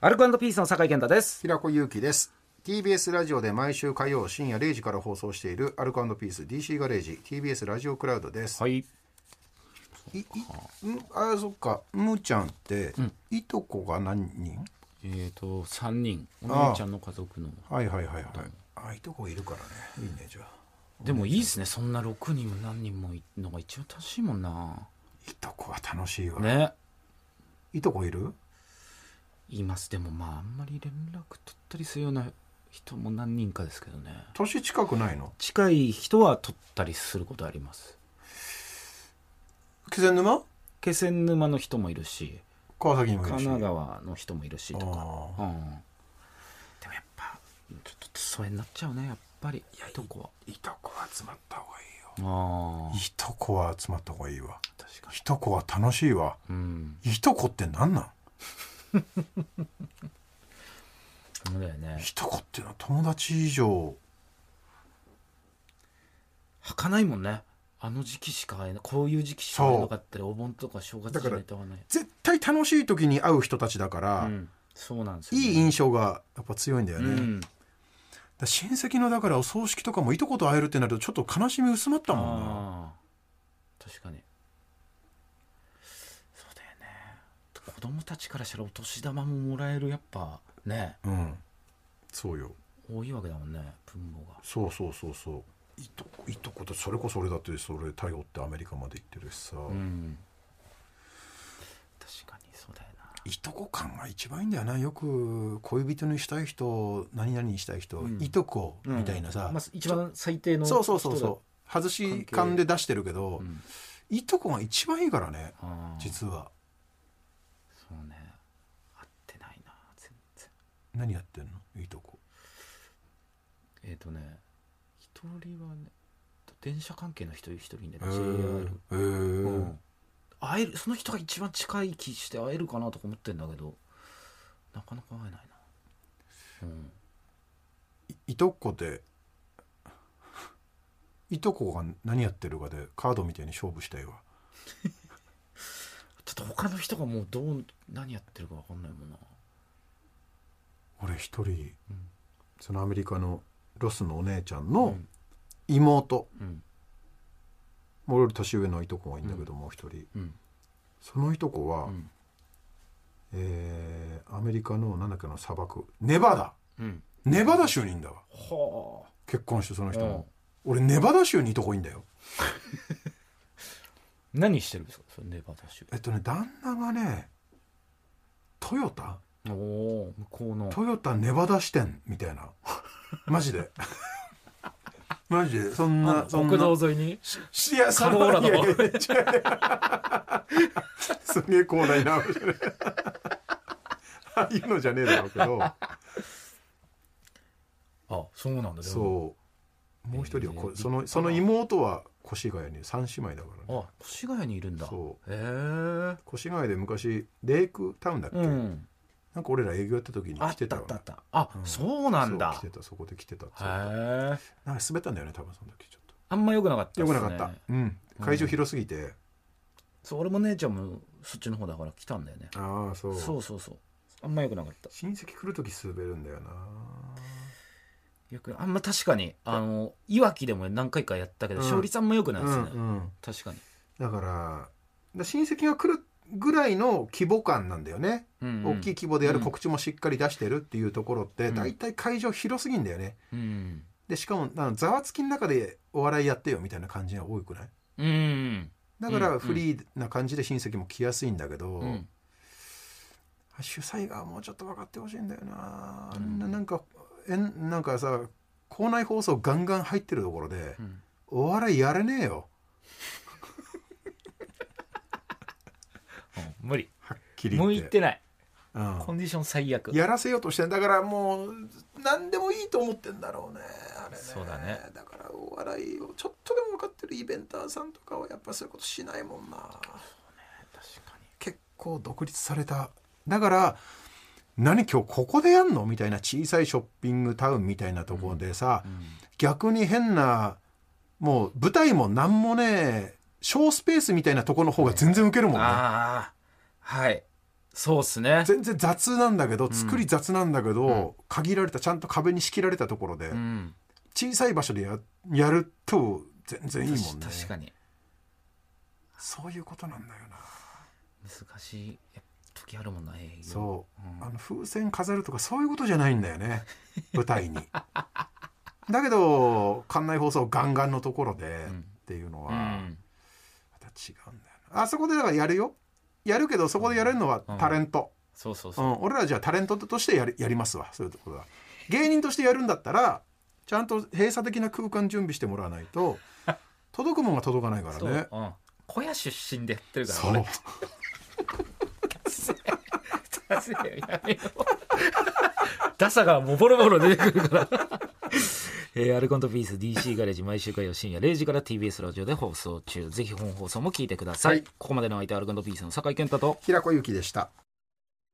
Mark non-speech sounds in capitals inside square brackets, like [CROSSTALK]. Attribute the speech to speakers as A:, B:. A: アルコピースの酒井健太です。
B: 平子祐希です TBS ラジオで毎週火曜深夜0時から放送しているアルコピース DC ガレージ TBS ラジオクラウドです、
A: はい。
B: いいんあそっかむーちゃんって、いとこが何人
A: えっ、と、三人。お
B: ああ
A: 姉ちゃんの家族の。
B: はいはいはいはい、あいとこいるからねいいねじゃあ
A: でもいいですね。そんな六人も何人もいるのが一番楽しいもんな。
B: いとこは楽しいわ、
A: ね。
B: いとこいる
A: います。でもまあ、あんまり連絡取ったりするような人も何人かですけどね。
B: 年近くないの
A: 近い人は取ったりすることあります。
B: 気仙沼
A: 気仙沼の人もいるし、
B: 川崎にもい
A: 神
B: るし
A: 奈川の人もいるしとか。
B: あ
A: うん。でもやっぱ、ちょっと疎遠になっちゃうね、やっぱり。いとこは。
B: ーいとこは集まった方がいいよ
A: ああ。
B: いとこは集まった方がいいわ
A: 確か
B: いとこは楽しいわ
A: に。うん。
B: いとこって何なん
A: そうだよね
B: い。とこっていうのは友達以上
A: はかないもんねあの時期しか会えないこういう時期しか会えなかったりお盆とか正月
B: だ
A: じ
B: か
A: ゃ
B: ら
A: ないと会わない
B: 絶対楽しい時に会う人たちだから、
A: うん、そうなんですよ、
B: いい印象がやっぱ強いんだよ
A: う
B: ね、だか
A: ん、
B: ら親戚のだからお葬式とかもいとこと会えるってなるとちょっと悲しみ薄まったもんな
A: あー確かにそうだよね子供たちからしたらお年玉ももらえるやっぱね
B: うんそうよ
A: 多いわけだもんね分母が
B: そうそうそうそういとこいとことそれこそ俺だってそれ頼ってアメリカまで行ってるしさ、
A: うん確かにそうだよない
B: とこ感が一番いいんだよなよく恋人にしたい人何々にしたい人、
A: うん
B: いとこ
A: うん
B: みたいなさ、
A: まあ、一番最低の
B: そうそうそう
A: 人だ
B: そう外し感で出してるけど、
A: ん
B: いとこが一番いいからね
A: あー
B: 実は
A: そうね合ってないな全然
B: 何やってんのいとこ
A: えっ、とね一人はね電車関係の人一人で、ね、JR、
B: へえ
A: うん会えるその人が一番近い気して会えるかなとか思ってんだけどなかなか会えないな、うん、
B: いとこでいとこが何やってるかでカードみたいに勝負したいわ
A: ちょっと他の人がもうどう何やってるか分かんないもんな
B: 俺一人そのアメリカのロスのお姉ちゃんの
A: ん
B: 妹、
A: うん
B: もう俺より年上のいとこがいいんだけど、もう一人
A: うん
B: そのいとこは、
A: うん
B: えーアメリカのなんだっけの砂漠ネバダ
A: うん
B: ネバダ州にいんだわ
A: はあ
B: 結婚してその人も、俺ネバダ州にいとこいいんだよ
A: 何してるんですかそれネバダ州
B: えっとね旦那がねトヨタ
A: おお向こうの
B: トヨタネバダ支店みたいな [LAUGHS] マジで [LAUGHS] マジでそんなそん
A: 国
B: な
A: 道沿いに
B: しいやそ
A: カローラの
B: いやいやいや違う [LAUGHS] すげえ広大なあ [LAUGHS] あいうのじゃねえだろうけど
A: あそうなんだ
B: そうもう一人はこ
A: えー
B: そのその妹は越谷に三姉妹だからね
A: あ越谷にいるんだ
B: そ
A: へえ
B: 越谷で昔レイクタウンだっけ、
A: うん
B: なんか俺ら営業やった時に
A: あ
B: 来
A: った
B: て
A: あっ
B: たよね
A: たあったあ、
B: うん
A: そうなんだ
B: そう来てたそこで来てたっつって
A: へえ
B: なんか滑ったんだよね多分その時ちょっ
A: あんま良くなかった
B: とよくなかった、
A: すね
B: うん会場広すぎて、
A: そう俺も姉ちゃんもそっちの方だから来たんだよね
B: ああそう
A: そうそうそうあんま良くなかった
B: 親戚来る時滑るんだよな
A: よくあんま確かにあのいわきでも何回かやったけど、
B: うん
A: 勝率あんま良くないですね、
B: うんうん
A: 確かに、
B: だからだから親戚が来るぐらいの規模感なんだよね、
A: うんうん
B: 大きい、規模でやる告知もしっかり出してるっていうところって、
A: うん
B: 大体会場広すぎんだよね
A: うん
B: でしかもあのざわつきの中でお笑いやってよみたいな感じが多くない
A: うん
B: だか
A: うんう
B: ら
A: ん
B: フリーな感じで親戚も来やすいんだけど、
A: うん
B: 主催がもうちょっと分かってほしいんだよな、
A: う
B: あ
A: ん
B: ん、ななんかえんなんかさ校内放送ガンガン入ってるところで、
A: うん
B: お笑いやれねえよ
A: うん無理
B: はっきり
A: 向いてない
B: うん
A: コンディション最悪
B: やらせようとしてんだからもう何でもいいと思ってんだろうねあれね
A: そうだね
B: だからお笑いをちょっとでも分かってるイベンターさんとかはやっぱそういうことしないもんな
A: 確かに
B: 結構独立されただから何今日ここでやんのみたいな小さいショッピングタウンみたいなところでさ、逆に変なもう舞台も何もねえ小スペースみたいなところの方が全然ウケるもんね
A: ああはいそうっすね
B: 全然雑なんだけど作り雑なんだけど、限られたちゃんと壁に仕切られたところで、
A: うん
B: 小さい場所でややると全然いいもんね
A: 確確かに
B: そういうことなんだよな、
A: 難しいや時あるもんな営業
B: そう、
A: うん
B: あの風船飾るとかそういうことじゃないんだよね舞台に
A: [LAUGHS]
B: だけど館内放送ガンガンのところで
A: うん
B: っていうのは、
A: うん
B: また違うんだよなあそこでだからやるよやるけどそこでやれるのはタレント、
A: そうそう
B: う
A: そ
B: ん
A: う
B: 俺らじゃあタレントとしてやりやりますわそういうところは芸人としてやるんだったらちゃんと閉鎖的な空間準備してもらわない [LAUGHS] と届くもんが届かないから
A: そう
B: ね
A: うん小屋出身でやってるから
B: そう
A: 俺ダサいよやめようダサがもうボロボロ出てくるから [LAUGHS] えーアルコントピース DC ガレージ毎週火曜深夜0時から TBS ラジオで放送中ぜひ本放送も聞いてください、
B: はい
A: ここまでの相手はアルコントピースの酒井健太と
B: 平子由紀でした